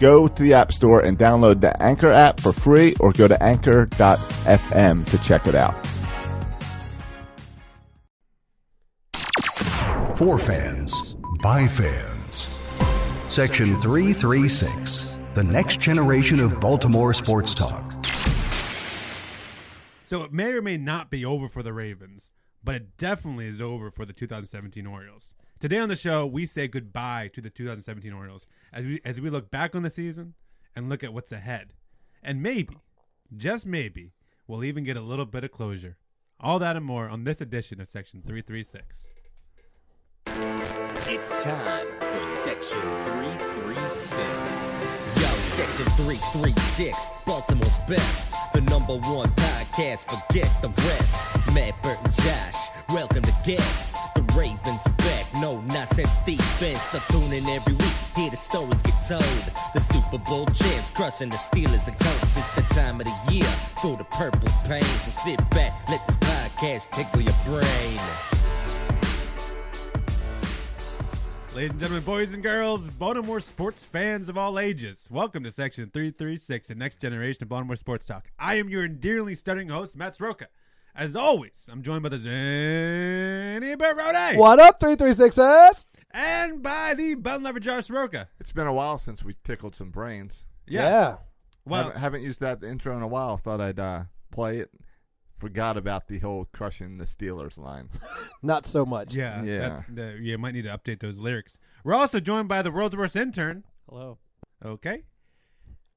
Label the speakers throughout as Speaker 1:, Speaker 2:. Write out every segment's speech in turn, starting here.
Speaker 1: Go to the App Store and download the Anchor app for free or go to anchor.fm to check it out.
Speaker 2: For fans, by fans. Section 336, the next generation of Baltimore sports talk.
Speaker 3: So it may or may not be over for the Ravens, but it definitely is over for the 2017 Orioles. Today on the show, we say goodbye to the 2017 Orioles as we as we look back on the season and look at what's ahead. And maybe, just maybe, we'll even get a little bit of closure. All that and more on this edition of Section 336.
Speaker 4: It's time for Section 336.
Speaker 5: Yo, Section 336, Baltimore's best. The number one podcast, forget the rest. Matt, Bert, and Josh, welcome to guests. The Ravens are back, no nonsense defense. So tune in every week, hear the stories get told. The Super Bowl champs crushing the Steelers and Colts. It's the time of the year for the purple pain. So sit back, let this podcast tickle your brain.
Speaker 3: Ladies and gentlemen, boys and girls, Baltimore sports fans of all ages, welcome to Section 336, the next generation of Baltimore sports talk. I am your endearingly stuttering host, Matt Sroka. As always, I'm joined by the Zanny Rode
Speaker 6: What up, 336s?
Speaker 3: and by the button lever Jar Sroka.
Speaker 1: It's been a while since we tickled some brains.
Speaker 3: Yeah. Well,
Speaker 1: haven't, haven't used that intro in a while. Thought I'd uh, play it. Forgot about the whole crushing the Steelers line.
Speaker 6: Not so much.
Speaker 3: yeah,
Speaker 1: Yeah.
Speaker 3: That's the, you might need to update those lyrics. We're also joined by the world's worst intern.
Speaker 7: Hello.
Speaker 3: Okay.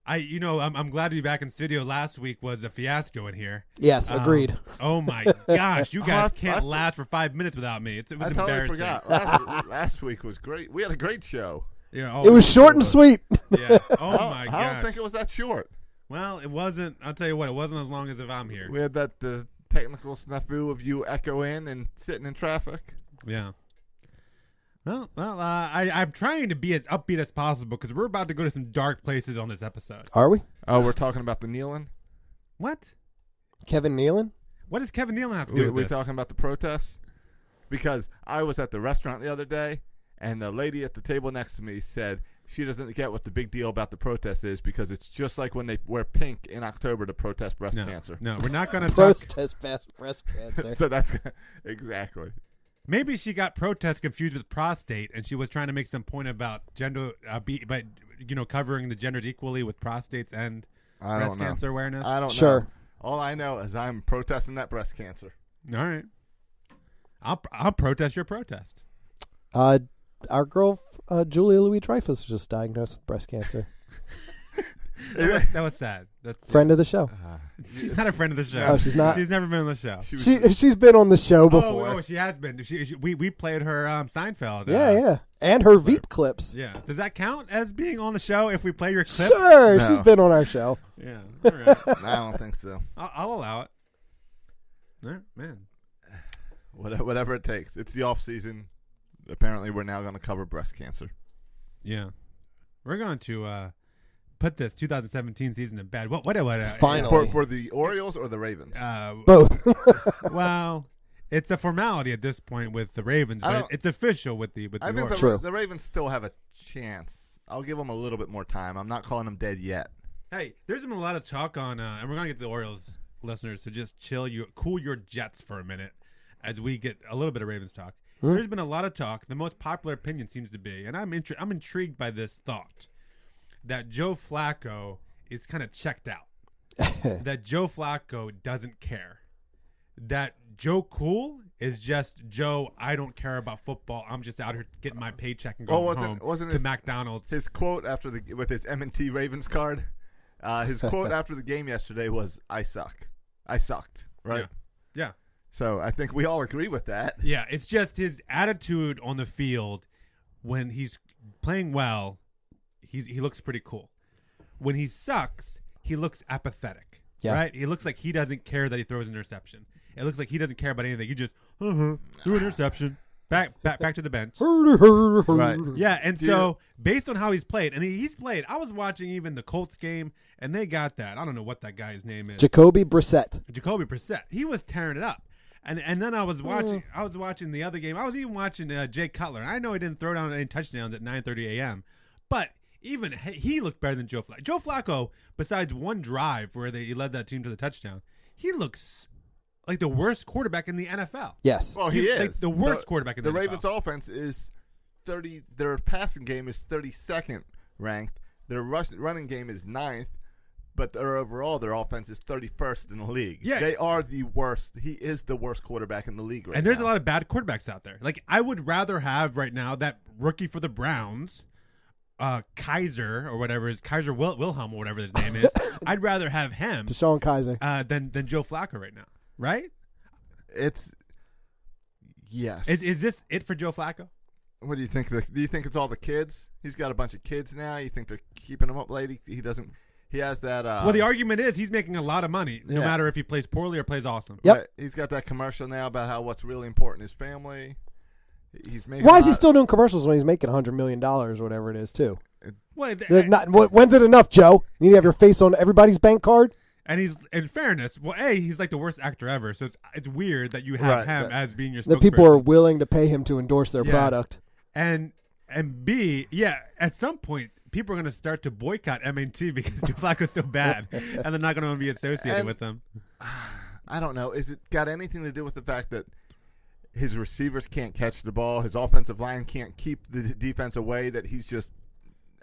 Speaker 3: I, you know, I'm, I'm glad to be back in studio. Last week was a fiasco in here.
Speaker 6: Yes,
Speaker 3: Um,
Speaker 6: agreed.
Speaker 3: Oh my gosh, you guys
Speaker 1: I-
Speaker 3: can't
Speaker 1: I-
Speaker 3: last for five minutes without me. It's, it was
Speaker 1: I totally
Speaker 3: embarrassing.
Speaker 1: forgot. Last, last week was great. We had a great show.
Speaker 3: Yeah, oh,
Speaker 6: It was short and sweet.
Speaker 3: Yeah. Oh
Speaker 1: I don't-
Speaker 3: my
Speaker 1: I don't
Speaker 3: gosh.
Speaker 1: think it was that short.
Speaker 3: well, it wasn't. I'll tell you what, it wasn't as long as if I'm here.
Speaker 1: We had that the technical snafu of you echoing and sitting in traffic.
Speaker 3: Yeah. Well, well, uh, I, I'm trying to be as upbeat as possible because we're about to go to some dark places on this episode.
Speaker 6: Are we?
Speaker 1: Oh, we're talking about the kneeling.
Speaker 3: What?
Speaker 6: Kevin Nealon?
Speaker 3: What does Kevin Nealon have to do
Speaker 1: We,
Speaker 3: with
Speaker 1: we
Speaker 3: this?
Speaker 1: talking about the protests because I was at the restaurant the other day, and the lady at the table next to me said she doesn't get what the big deal about the protest is because it's just like when they wear pink in October to protest breast
Speaker 3: no,
Speaker 1: cancer.
Speaker 3: no, we're not going to talk.
Speaker 6: Protest breast, breast cancer.
Speaker 1: So that's exactly.
Speaker 3: Maybe she got protest confused with prostate, and she was trying to make some point about gender, uh, be, but you know, covering the genders equally with prostates and
Speaker 1: I
Speaker 3: breast
Speaker 1: don't know.
Speaker 3: cancer awareness.
Speaker 1: I don't
Speaker 6: Sure.
Speaker 1: know. All I know is I'm protesting that breast cancer.
Speaker 3: All right, I'll I'll protest your protest.
Speaker 6: Uh, our girl, uh, Julia Louis Dreyfus, was just diagnosed with breast cancer.
Speaker 3: That was, that was sad. That's
Speaker 6: Friend of the show.
Speaker 3: she's not a friend of the show.
Speaker 6: Oh, she's not?
Speaker 3: She's never been on the show.
Speaker 1: She was
Speaker 6: She, she's been on the show before.
Speaker 3: Oh, oh, she has been. She, she, we we played her um, Seinfeld. uh,
Speaker 6: yeah, yeah. And her Veep clips.
Speaker 3: yeah. Does that count as being on the show if we play your clip?
Speaker 6: Sure,
Speaker 1: No.
Speaker 6: she's been on our show.
Speaker 3: Yeah. All right.
Speaker 1: I don't think so.
Speaker 3: I'll, I'll allow it. All right, man.
Speaker 1: Whatever, whatever it takes. It's the off season. Apparently, we're now going to cover breast cancer.
Speaker 3: Yeah. We're going to uh, put this 2017 season in bed. What? What? What? Uh,
Speaker 1: For,
Speaker 6: Finally.
Speaker 1: for the Orioles or the Ravens?
Speaker 3: Uh,
Speaker 6: Both.
Speaker 3: well, it's a formality at this point with the Ravens,
Speaker 1: I
Speaker 3: but
Speaker 1: don't-
Speaker 3: it's official with the with the
Speaker 1: I think the,
Speaker 3: Orioles.
Speaker 6: True.
Speaker 1: the Ravens still have a chance. I'll give them a little bit more time. I'm not calling them dead yet.
Speaker 3: Hey, there's been a lot of talk on, uh, and we're gonna get the Orioles listeners to just chill you, cool your jets for a minute, as we get a little bit of Ravens talk. There's been a lot of talk. The most popular opinion seems to be, and I'm intri- I'm intrigued by this thought that Joe Flacco is kind of checked out. that Joe Flacco doesn't care. That Joe Cool is just Joe. I don't care about football. I'm just out here getting my paycheck and
Speaker 1: Well,
Speaker 3: going
Speaker 1: wasn't-
Speaker 3: home
Speaker 1: wasn't
Speaker 3: to
Speaker 1: his-
Speaker 3: McDonald's.
Speaker 1: His quote after the with his M&T Ravens card. Uh, his quote after the game yesterday was, "I suck. I sucked." Right.
Speaker 3: Yeah. yeah.
Speaker 1: So I think we all agree with that.
Speaker 3: Yeah, it's just his attitude on the field when he's playing well. He's, he looks pretty cool. when he sucks, he looks apathetic.
Speaker 6: Yeah.
Speaker 3: Right? He looks like he doesn't care that he throws an interception. It looks like he doesn't care about anything. You just uh-huh, threw an interception. Back back back to the bench.
Speaker 1: Right.
Speaker 3: Yeah, and so based on how he's played, and he- he's played. I was watching even the Colts game, and they got that. I don't know what that guy's name is.
Speaker 6: Jacoby Brissett.
Speaker 3: Jacoby Brissett. He was tearing it up. And and then I was watching I was watching the other game. I was even watching uh, Jay Cutler. And I know he didn't throw down any touchdowns at 9:30 a.m. But even he- he looked better than Joe Flacco. Joe Flacco, besides one drive where they, he led that team to the touchdown, he looks like the worst quarterback in the NFL.
Speaker 6: Yes.
Speaker 1: Well, he
Speaker 3: He's,
Speaker 1: is
Speaker 3: like, the worst quarterback in the Oh. NFL.
Speaker 1: Ravens' offense is thirty. Their passing game is thirty second ranked. Their rush, running game is ninth, but their overall their offense is thirty first in the league.
Speaker 3: Yeah.
Speaker 1: they are the worst. He is the worst quarterback in the league right
Speaker 3: and there's
Speaker 1: now.
Speaker 3: a lot of bad quarterbacks out there. Like I would rather have right now that rookie for the Browns, uh, Kaiser or whatever is Kaiser Wil- Wilhelm or whatever his name is. I'd rather have him
Speaker 6: Deshaun Kaiser.
Speaker 3: uh, than than Joe Flacco right now. Right?
Speaker 1: It's yes.
Speaker 3: Is, is this it for Joe Flacco?
Speaker 1: what do you think? The, do you think it's all the kids? He's got a bunch of kids now. You think they're keeping him up late? He, he doesn't. He has that. Uh,
Speaker 3: well, the argument is he's making a lot of money, no
Speaker 1: Yeah.
Speaker 3: matter if he plays poorly or plays awesome.
Speaker 6: Yep.
Speaker 1: right, He's got that commercial now about how what's really important is family. He's making.
Speaker 6: Why
Speaker 1: a
Speaker 6: is he
Speaker 1: lot-
Speaker 6: still doing commercials when he's making hundred million dollars or whatever it is too?
Speaker 3: Well, th-
Speaker 6: They're Not, wh- when's it enough, Joe? You need to have your face on everybody's bank card.
Speaker 3: and he's in fairness. Well, a he's like the worst actor ever, so it's it's weird that you
Speaker 1: Right,
Speaker 3: have him
Speaker 1: that-
Speaker 3: as being your.
Speaker 6: That people are
Speaker 3: spokesperson.
Speaker 6: willing to pay him to endorse their
Speaker 3: Yeah.
Speaker 6: product.
Speaker 3: and and B, yeah, at some point people are going to start to boycott MNT because Joe Flacco's so bad, and they're not going to be associated
Speaker 1: And-
Speaker 3: with them.
Speaker 1: I don't know. Is it got anything to do with the fact that his receivers can't catch the ball, his offensive line can't keep the d- defense away? That he's just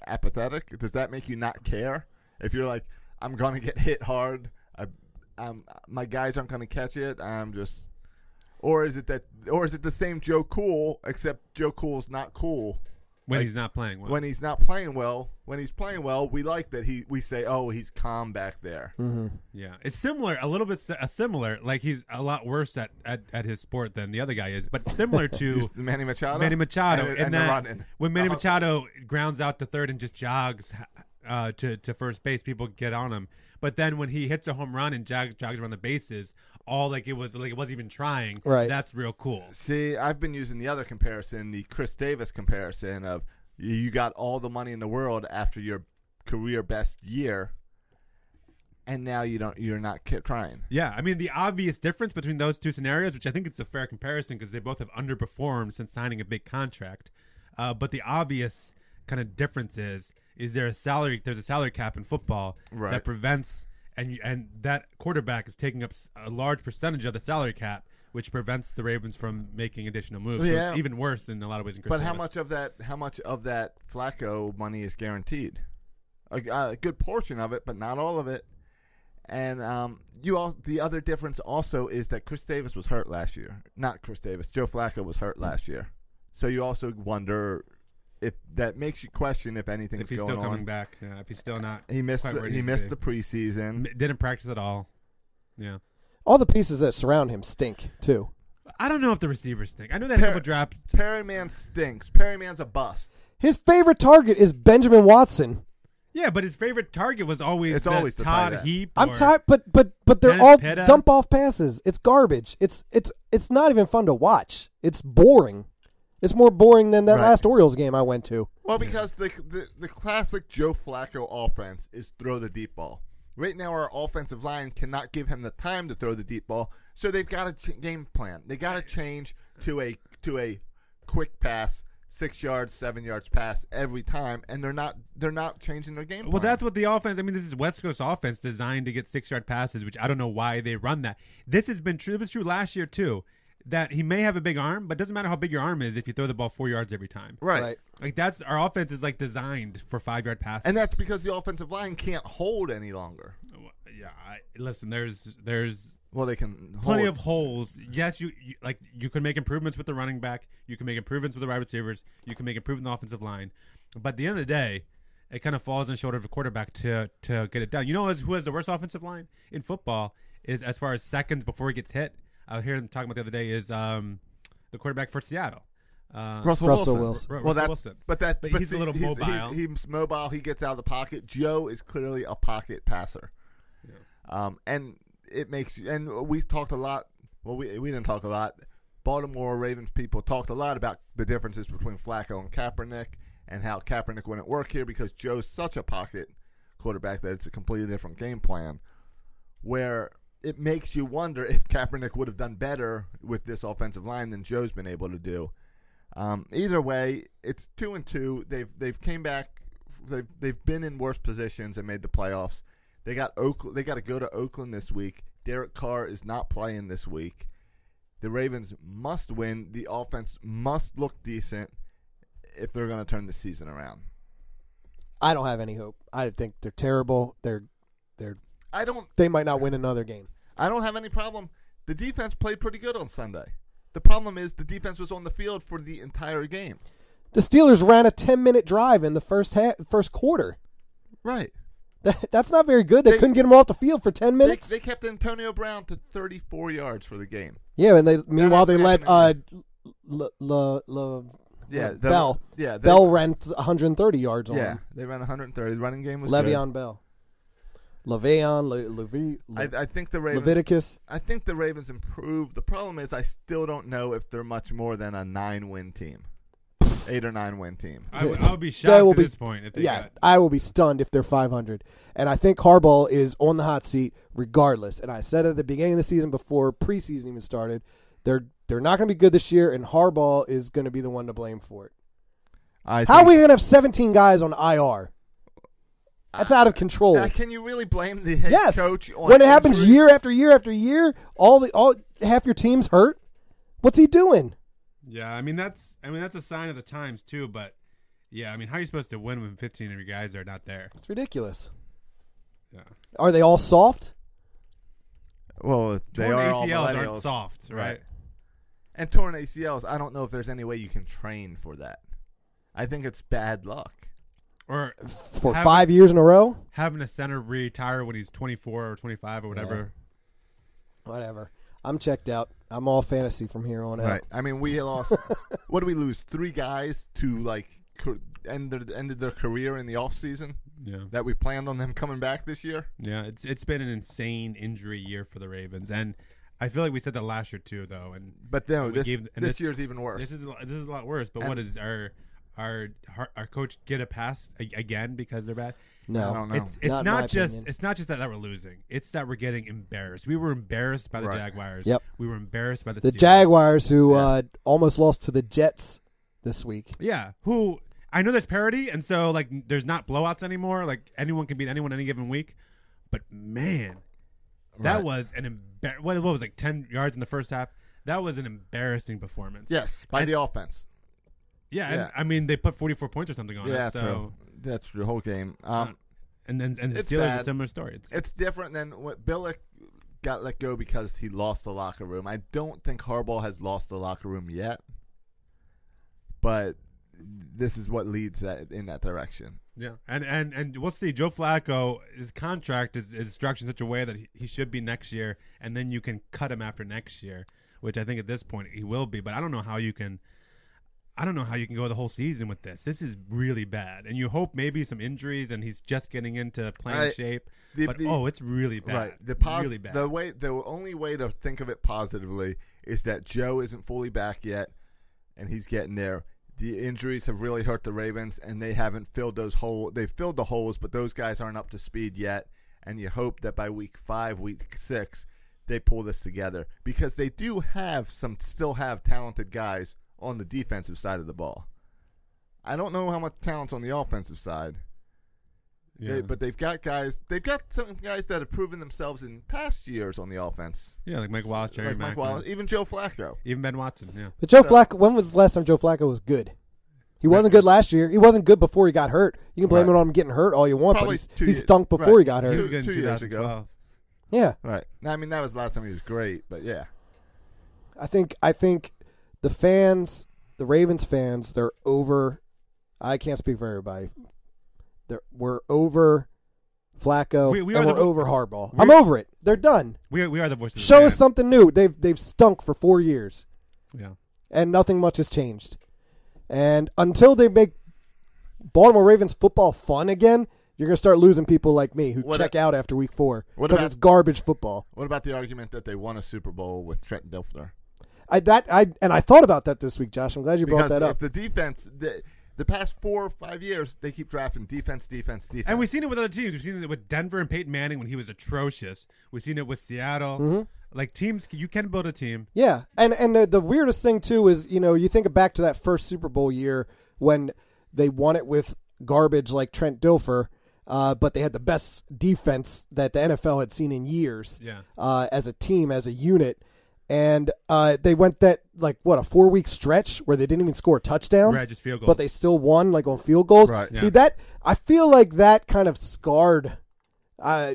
Speaker 1: apathetic. Does that make you not care? If you're like, I'm gonna get hit hard. I, I'm, my guys aren't gonna catch it. I'm just. Or is it that? Or is it the same Joe Cool? Except Joe Cool's not cool
Speaker 3: When he's not playing well,
Speaker 1: when he's not playing well. When he's playing well, we like that he. We say, oh, he's calm back there.
Speaker 3: yeah, it's similar, a little bit s- uh, similar. Like he's a lot worse at, at, at his sport than the other guy is, but similar to
Speaker 1: Who's the Manny Machado.
Speaker 3: Manny Machado.
Speaker 1: and,
Speaker 3: And,
Speaker 1: and the
Speaker 3: that
Speaker 1: running.
Speaker 3: when Manny
Speaker 1: Uh-huh.
Speaker 3: Machado grounds out to third and just jogs uh, to to first base, people get on him. But then when he hits a home run and jogs, jogs around the bases, all like it was like it wasn't even trying.
Speaker 6: Right.
Speaker 3: that's real cool.
Speaker 1: See, I've been using the other comparison, the Chris Davis comparison of you- you got all the money in the world after your career best year, and now you don't. You're not ki- trying.
Speaker 3: Yeah, I mean the obvious difference between those two scenarios, which I think it's a fair comparison because they both have underperformed since signing a big contract. Uh, but the obvious kind of difference is is there a salary? There's a salary cap in football
Speaker 1: Right.
Speaker 3: that prevents and you, and that quarterback is taking up s- a large percentage of the salary cap, which prevents the Ravens from making additional moves. So
Speaker 1: Yeah.
Speaker 3: it's even worse in a lot of ways. than Chris
Speaker 1: But how
Speaker 3: Davis.
Speaker 1: much of that? How much of that Flacco money is guaranteed? A, a good portion of it, but not all of it. And um, you all. The other difference also is that Chris Davis was hurt last year. Not Chris Davis. Joe Flacco was hurt last year. So you also wonder if that makes you question if anything's
Speaker 3: If he's
Speaker 1: going
Speaker 3: still
Speaker 1: on.
Speaker 3: coming back, yeah, if he's still not,
Speaker 1: He missed.
Speaker 3: quite
Speaker 1: The,
Speaker 3: where
Speaker 1: he
Speaker 3: needs to
Speaker 1: missed
Speaker 3: be.
Speaker 1: the preseason.
Speaker 3: M- didn't practice at all. Yeah.
Speaker 6: All the pieces that surround him stink too.
Speaker 3: I don't know if the receivers think. I know they had a
Speaker 1: Par-
Speaker 3: couple drops.
Speaker 1: Perryman stinks. Perryman's a bust.
Speaker 6: His favorite target is Benjamin Watson.
Speaker 3: Yeah, but his favorite target was always
Speaker 1: It's
Speaker 3: the
Speaker 1: always the tight
Speaker 3: Todd
Speaker 1: end.
Speaker 3: Heap.
Speaker 6: I'm
Speaker 3: or-
Speaker 6: tired, but but but they're
Speaker 3: Dennis
Speaker 6: all
Speaker 3: Pitta.
Speaker 6: dump off passes. It's garbage. It's it's it's not even fun to watch. It's boring. It's more boring than that
Speaker 1: Right.
Speaker 6: last Orioles game I went to.
Speaker 1: Well, because the, the the classic Joe Flacco offense is throw the deep ball. Right now, our offensive line cannot give him the time to throw the deep ball, so they've got a ch- game plan. They got to change to a to a quick pass, six yards, seven yards pass every time, and they're not they're not changing their game.
Speaker 3: Well,
Speaker 1: plan.
Speaker 3: that's what the offense. I mean, this is West Coast offense designed to get six yard passes, which I don't know why they run that. This has been true. It was true last year too. That he may have a big arm, but it doesn't matter how big your arm is if you throw the ball four yards every time.
Speaker 1: right.
Speaker 6: Right.
Speaker 3: Like that's our offense is like designed for five yard passes.
Speaker 1: And that's because the offensive line can't hold any longer.
Speaker 3: yeah. I, listen, there's there's
Speaker 1: Well, they can hold.
Speaker 3: plenty of holes. Yes, you, you like you can make improvements with the running back. You can make improvements with the wide receivers. You can make improvements in the offensive line. But at the end of the day, it kind of falls on the shoulder of the quarterback to to get it done. You know who's- who has the worst offensive line in football is as far as seconds before he gets hit. I heard him talking about the other day is um, the quarterback for Seattle. Uh,
Speaker 1: Russell,
Speaker 6: Russell
Speaker 1: Wilson.
Speaker 6: Wilson.
Speaker 3: Ru- Russell
Speaker 1: Well, that,
Speaker 3: Wilson.
Speaker 1: but that,
Speaker 3: But
Speaker 1: but
Speaker 3: he's a
Speaker 1: see,
Speaker 3: little
Speaker 1: he's- he-
Speaker 3: mobile.
Speaker 1: he's mobile. He gets out of the pocket. Joe is clearly a pocket passer, um, and it makes you. And we talked a lot. Well, we we didn't talk a lot. Baltimore Ravens people talked a lot about the differences between Flacco and Kaepernick, and how Kaepernick wouldn't work here because Joe's such a pocket quarterback that it's a completely different game plan. Where it makes you wonder if Kaepernick would have done better with this offensive line than Joe's been able to do. Um, either way, it's two and two. They've they've came back. They've they've been in worse positions and made the playoffs. They got Oakland. They got to go to Oakland this week. Derek Carr is not playing this week. The Ravens must win. The offense must look decent if they're going to turn the season around.
Speaker 6: I don't have any hope. I think they're terrible. They're they're
Speaker 1: I don't.
Speaker 6: they might not win another game.
Speaker 1: I don't have any problem. The defense played pretty good on Sunday. The problem is the defense was on the field for the entire game.
Speaker 6: The Steelers ran a 10-minute drive in the first half, first quarter.
Speaker 1: Right.
Speaker 6: That, that's not very good. They,
Speaker 1: They-
Speaker 6: couldn't get them off the field for 10
Speaker 1: They,
Speaker 6: minutes.
Speaker 1: they kept Antonio Brown to 34 yards for the game.
Speaker 6: yeah, and they meanwhile they
Speaker 1: that's
Speaker 6: let uh
Speaker 1: happening.
Speaker 6: L- L- L-
Speaker 1: Yeah, the-
Speaker 6: Bell.
Speaker 1: yeah, they-
Speaker 6: Bell ran th- 130 yards on
Speaker 1: Yeah,
Speaker 6: him.
Speaker 1: they ran 130. The running game was
Speaker 6: Le'Veon Bell. Le'Veon, Le, Levi,
Speaker 1: Good. I, I think the Ravens.
Speaker 6: Leviticus.
Speaker 1: I think the Ravens improved. The problem is, I still don't know if they're much more than a nine-win team, eight or nine-win team.
Speaker 3: I would, I would be
Speaker 6: They
Speaker 3: shocked
Speaker 6: will
Speaker 3: at
Speaker 6: be-
Speaker 3: this point if they
Speaker 6: yeah,
Speaker 3: got
Speaker 6: I will be stunned if they're 500. And I think Harbaugh is on the hot seat regardless. And I said at the beginning of the season before preseason even started, they're they're not going to be good this year, and Harbaugh is going to be the one to blame for it.
Speaker 1: I
Speaker 6: How are
Speaker 1: think-
Speaker 6: we going to have 17 guys on IR? That's out of control.
Speaker 1: Now, can you really blame the head
Speaker 6: yes,
Speaker 1: coach? On
Speaker 6: when it happens
Speaker 1: injury?
Speaker 6: year after year after year, all the all half your team's hurt. What's he doing?
Speaker 3: Yeah, I mean that's I mean that's a sign of the times too, but yeah, I mean how are you supposed to win when 15 of your guys are not there?
Speaker 6: It's ridiculous.
Speaker 3: Yeah.
Speaker 6: Are they all soft?
Speaker 1: Well, they
Speaker 3: Torn
Speaker 1: are all
Speaker 3: ACLs
Speaker 1: millennials.
Speaker 3: aren't soft, right?
Speaker 1: Right. And torn ACLs. I don't know if there's any way you can train for that. I think it's bad luck.
Speaker 3: Or
Speaker 6: For
Speaker 3: Have-
Speaker 6: five years in a row?
Speaker 3: having a center retire when he's 24 or 25 or whatever.
Speaker 6: Whatever. I'm checked out. I'm all fantasy from here on out.
Speaker 1: Right. I mean, we lost. what do we lose? Three guys to like co- end their, ended their career in the offseason
Speaker 3: Yeah.
Speaker 1: that we planned on them coming back this year.
Speaker 3: Yeah, it's it's been an insane injury year for the Ravens and I feel like we said that last year too though and
Speaker 1: But no,
Speaker 3: we
Speaker 1: this,
Speaker 3: gave- and
Speaker 1: this
Speaker 3: this-
Speaker 1: year's even worse.
Speaker 3: this is a lot- this is a lot worse, but what
Speaker 1: And-
Speaker 3: is our our our coach get a pass a- again because they're bad?
Speaker 1: I
Speaker 6: No.
Speaker 1: don't know.
Speaker 3: It's it's
Speaker 6: Not
Speaker 3: not,
Speaker 6: in my
Speaker 3: just
Speaker 6: opinion.
Speaker 3: it's not just that, that we're losing. It's that we're getting embarrassed. We were embarrassed by the
Speaker 1: Right.
Speaker 3: Jaguars.
Speaker 6: Yep.
Speaker 3: We were embarrassed by the
Speaker 6: The
Speaker 3: Steelers.
Speaker 6: Jaguars, who uh, almost lost to the Jets this week.
Speaker 3: Yeah. Who I know there's parity, and so like n- there's not blowouts anymore. Like anyone can beat anyone any given week. But man, that
Speaker 1: Right.
Speaker 3: was an embar- what, what was it, like ten yards in the first half. That was an embarrassing performance.
Speaker 1: yes, by the offense.
Speaker 3: Yeah.
Speaker 1: Yeah.
Speaker 3: And, I mean, they put 44 points or something on
Speaker 1: Yeah,
Speaker 3: us. So
Speaker 1: true. That's the whole game. Um,
Speaker 3: and then and the
Speaker 1: It's
Speaker 3: Steelers
Speaker 1: bad.
Speaker 3: a similar story. It's,
Speaker 1: it's different than what Billick got let go because he lost the locker room. I don't think Harbaugh has lost the locker room yet, but this is what leads that in that direction.
Speaker 3: yeah. And and and we'll see. Joe Flacco his contract is, is structured in such a way that he, he should be next year, and then you can cut him after next year, which I think at this point he will be. But I don't know how you can. I don't know how you can go the whole season with this. This is really bad, and you hope maybe some injuries, and he's just getting into playing
Speaker 1: I-
Speaker 3: shape.
Speaker 1: the-
Speaker 3: but
Speaker 1: the-
Speaker 3: oh, it's really bad.
Speaker 1: Right. Uh, The pos-
Speaker 3: really bad.
Speaker 1: The way the only way to think of it positively is that Joe isn't fully back yet, and he's getting there. The injuries have really hurt the Ravens, and they haven't filled those holes. They filled the holes, but those guys aren't up to speed yet. And you hope that by week five, week six, they pull this together because they do have some, still have talented guys on the defensive side of the ball. I don't know how much talent's on the offensive side.
Speaker 3: yeah.
Speaker 1: They, but they've got guys. They've got some guys that have proven themselves in past years on the offense,
Speaker 3: yeah, like Mike Wallace, Jerry
Speaker 1: like Mike
Speaker 3: Mack,
Speaker 1: Wallace, even Joe Flacco.
Speaker 3: even Ben Watson. Yeah,
Speaker 6: But Joe Flacco, when was the last time Joe Flacco was good? He wasn't good last year. He wasn't good before he got hurt. You can blame
Speaker 1: Right.
Speaker 6: it on him getting hurt all you want,
Speaker 1: Probably
Speaker 6: but
Speaker 1: two
Speaker 6: he's, he
Speaker 1: years-
Speaker 6: stunk before
Speaker 1: right.
Speaker 6: he got
Speaker 1: He
Speaker 6: hurt.
Speaker 1: was good
Speaker 3: in
Speaker 1: Uh, two years ago.
Speaker 3: 2012.
Speaker 6: Yeah,
Speaker 1: Right. Now, I mean, that was the last time he was great, but yeah,
Speaker 6: I think I think the fans, the Ravens fans, they're over. I can't speak for everybody. They're, we're over Flacco
Speaker 3: We- we
Speaker 6: and
Speaker 3: are
Speaker 6: we're
Speaker 3: the-
Speaker 6: over Harbaugh.
Speaker 3: we're-
Speaker 6: I'm over it. They're done.
Speaker 3: We are, we are the voices. of
Speaker 6: Show
Speaker 3: the
Speaker 6: us
Speaker 3: fan.
Speaker 6: something new. They've they've stunk for four years
Speaker 3: Yeah.
Speaker 6: and nothing much has changed. And until they make Baltimore Ravens football fun again, you're going to start losing people like me who
Speaker 7: What
Speaker 6: check
Speaker 7: a-
Speaker 6: out after week four
Speaker 7: what
Speaker 6: because
Speaker 7: about-
Speaker 6: it's garbage football.
Speaker 7: What about the argument that they won a Super Bowl with Trent Dilfer?
Speaker 6: I that I and I thought about that this week, Josh. I'm glad you brought
Speaker 7: Because
Speaker 6: that
Speaker 7: if
Speaker 6: up.
Speaker 7: the defense, the, the past four or five years, they keep drafting defense, defense, defense.
Speaker 3: And we've seen it with other teams. We've seen it with Denver and Peyton Manning when he was atrocious. We've seen it with Seattle.
Speaker 6: Mm-hmm.
Speaker 3: Like teams, you can build a team.
Speaker 6: Yeah, and and the, the weirdest thing too is you know you think back to that first Super Bowl year when they won it with garbage like Trent Dilfer, uh, but they had the best defense that the NFL had seen in years.
Speaker 3: Yeah.
Speaker 6: uh, as a team as a unit, and uh, they went that like what a four week stretch where they didn't even score a touchdown,
Speaker 3: Right, just field goals.
Speaker 6: but they still won like on field goals.
Speaker 7: Right,
Speaker 6: See
Speaker 3: yeah.
Speaker 6: that I feel like that kind of scarred uh,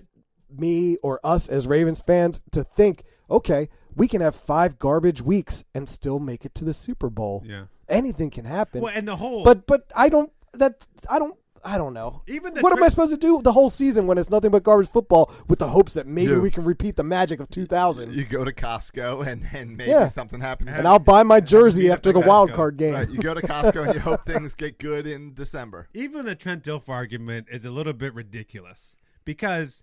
Speaker 6: me or us as Ravens fans to think, okay, we can have five garbage weeks and still make it to the Super Bowl.
Speaker 3: Yeah.
Speaker 6: Anything can happen.
Speaker 3: Well, and the whole
Speaker 6: but but I don't that I don't I don't know.
Speaker 3: Even the
Speaker 6: what am
Speaker 3: tri-
Speaker 6: I supposed to do the whole season when it's nothing but garbage football with the hopes that maybe
Speaker 7: Dude.
Speaker 6: we can repeat the magic of 2000
Speaker 7: You go to Costco and, and maybe
Speaker 6: Yeah.
Speaker 7: something happens.
Speaker 6: and I'll buy my jersey
Speaker 3: beat up
Speaker 6: after the
Speaker 3: the
Speaker 6: wild
Speaker 3: Costco.
Speaker 6: card game.
Speaker 7: Right, you go to Costco and you hope things get good in December.
Speaker 3: even the Trent Dilfer argument is a little bit ridiculous because,